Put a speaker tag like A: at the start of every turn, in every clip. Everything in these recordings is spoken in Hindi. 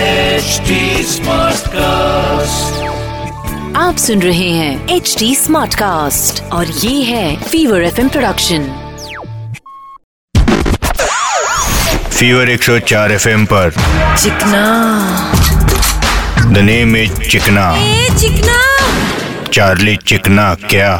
A: HD स्मार्ट कास्ट
B: आप सुन रहे हैं एच डी स्मार्ट कास्ट और ये है fever F production
C: fever 104 FM पर
B: Chikna
C: the name is Chikna
B: a Chikna
C: Charlie Chikna क्या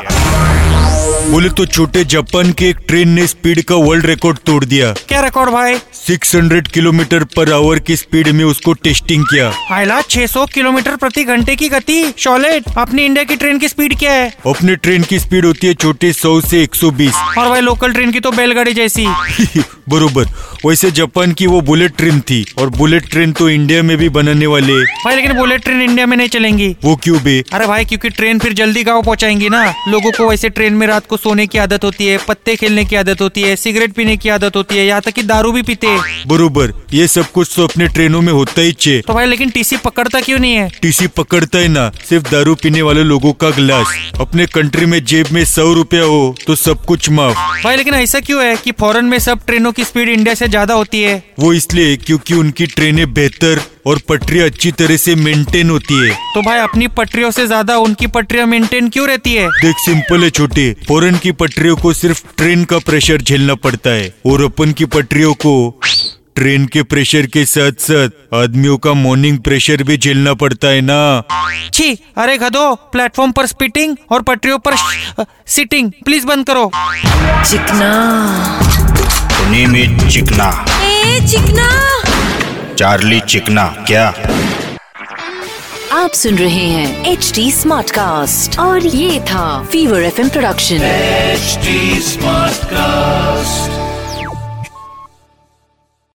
D: बोले तो छोटे जापान के एक ट्रेन ने स्पीड का वर्ल्ड रिकॉर्ड तोड़ दिया
E: क्या रिकॉर्ड भाई
D: 600 किलोमीटर पर आवर की स्पीड में उसको टेस्टिंग किया
E: आयला 600 किलोमीटर प्रति घंटे की गति शॉलेट अपनी इंडिया की ट्रेन की स्पीड क्या है
D: अपने ट्रेन की स्पीड होती है छोटे 100 से 120
E: और भाई लोकल ट्रेन की तो बैलगाड़ी जैसी
D: बरोबर वैसे जापान की वो बुलेट ट्रेन थी और बुलेट ट्रेन तो इंडिया में भी बनाने वाले
E: भाई लेकिन बुलेट ट्रेन इंडिया में नहीं चलेंगी
D: वो क्यों बे
E: अरे भाई क्योंकि ट्रेन फिर जल्दी गाँव पहुंचाएंगी ना लोगों को वैसे ट्रेन में रात को सोने की आदत होती है पत्ते खेलने की आदत होती है सिगरेट पीने की आदत होती है यहाँ तक कि दारू भी पीते हैं।
D: बरोबर ये सब कुछ तो अपने ट्रेनों में होता ही चे
E: तो भाई लेकिन टीसी पकड़ता क्यों नहीं है
D: टीसी पकड़ता है ना सिर्फ दारू पीने वाले लोगों का ग्लास अपने कंट्री में जेब में सौ रुपया हो तो सब कुछ माफ
E: भाई लेकिन ऐसा क्यों है कि फॉरेन में सब ट्रेनों की स्पीड इंडिया से ज्यादा होती है
D: वो इसलिए क्योंकि उनकी ट्रेनें बेहतर और पटरी अच्छी तरह से मेंटेन होती है
E: तो भाई अपनी पटरियों से ज्यादा उनकी पटरियां मेंटेन क्यों रहती है
D: देख सिंपल है छोटे फॉरन की पटरियों को सिर्फ ट्रेन का प्रेशर झेलना पड़ता है और अपन की पटरियों को ट्रेन के प्रेशर के साथ साथ आदमियों का मॉर्निंग प्रेशर भी झेलना पड़ता है ना
E: छी अरे गधो प्लेटफॉर्म पर स्पीटिंग और पटरियों पर सिटिंग प्लीज बंद करो
B: Chikna
C: the name is Chikna
B: a Chikna
C: Charlie Chikna क्या
B: आप सुन रहे हैं एच डी स्मार्ट कास्ट और ये था fever F production
A: HD smart cast